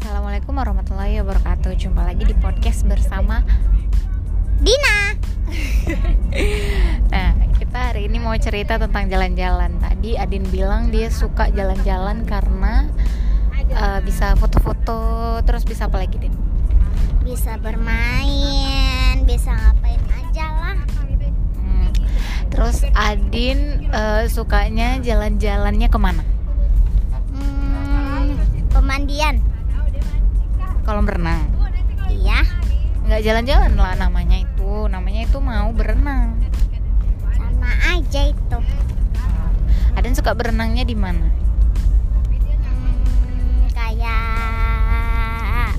Assalamualaikum warahmatullahi wabarakatuh. Jumpa lagi di podcast bersama Dina. nah, kita hari ini mau cerita tentang jalan-jalan. Tadi Adin bilang dia suka jalan-jalan karena eh, bisa foto-foto, terus bisa apa lagi, Din? bisa bermain, bisa ngapain aja lah. Hmm, Terus Adin eh, sukanya jalan-jalannya kemana? Hmm, pemandian, Kolam renang. iya, Nggak jalan-jalan lah namanya itu. Namanya itu mau berenang. sama aja itu. Adin suka berenangnya di mana? Hmm, kayak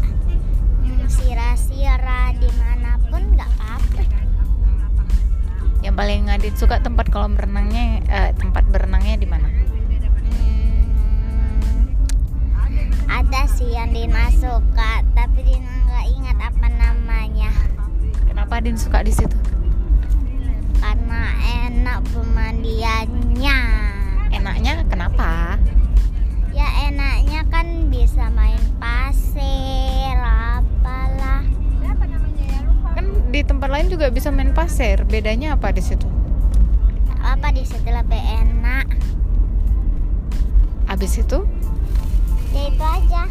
hmm, sira-sira dimanapun nggak apa-apa. Yang paling Adit suka tempat kolam renangnya eh, tempat berenangnya di mana? Hmm, ada sih yang Dina suka, tapi Dina nggak ingat apa namanya. Kenapa Adin suka di situ? Karena enak pemandiannya. Enaknya kenapa? Ya enaknya kan bisa main pasir apalah Kan di tempat lain juga bisa main pasir. Bedanya apa di situ? apa di situ lebih enak Abis itu, ya itu aja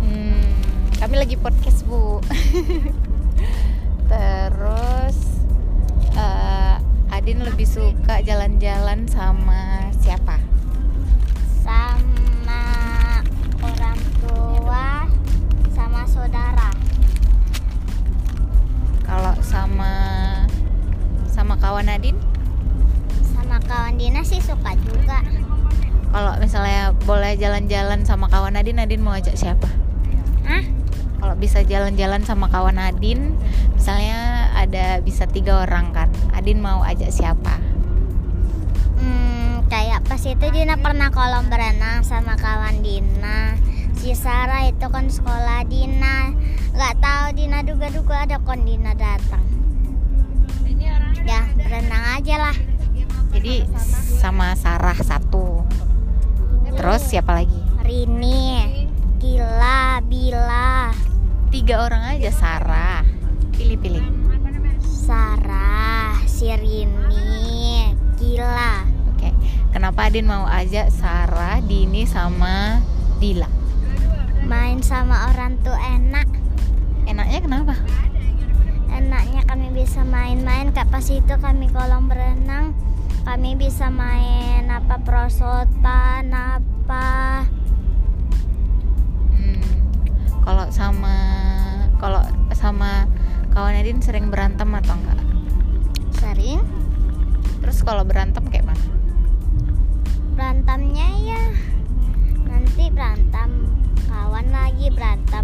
hmm, kami lagi podcast bu. Terus eh, Adin lebih suka jalan-jalan sama siapa? sama orang tua sama saudara Kalau sama sama kawan Adin? sama kawan Dina sih suka juga Kalau misalnya boleh jalan-jalan sama kawan Adin, Adin mau ajak siapa? ah Kalau bisa jalan-jalan sama kawan Adin, misalnya ada bisa tiga orang kan, Adin mau ajak siapa? hmm, kayak pas itu Dina pernah kolam berenang sama kawan Dina si Sarah itu kan sekolah Dina nggak tahu Dina duga-duga ada kon Dina datang ya berenang aja lah Jadi sama Sarah satu, terus siapa lagi? Rini, Gila, Bila, Tiga orang aja Sarah, pilih-pilih. Sarah, si Rini, Gila. Oke, kenapa Adin mau ajak Sarah, Dini sama Dila? Main sama orang tuh enak. Enaknya kenapa? Enaknya kami bisa main-main. Kak pas itu kami kolam berenang. Kami bisa main apa prosotan apa. Hmm, kalau sama kalau sama kawan Adin sering berantem atau enggak? Sering Terus kalau berantem kayak mana? berantemnya ya. Nanti berantem kawan lagi berantem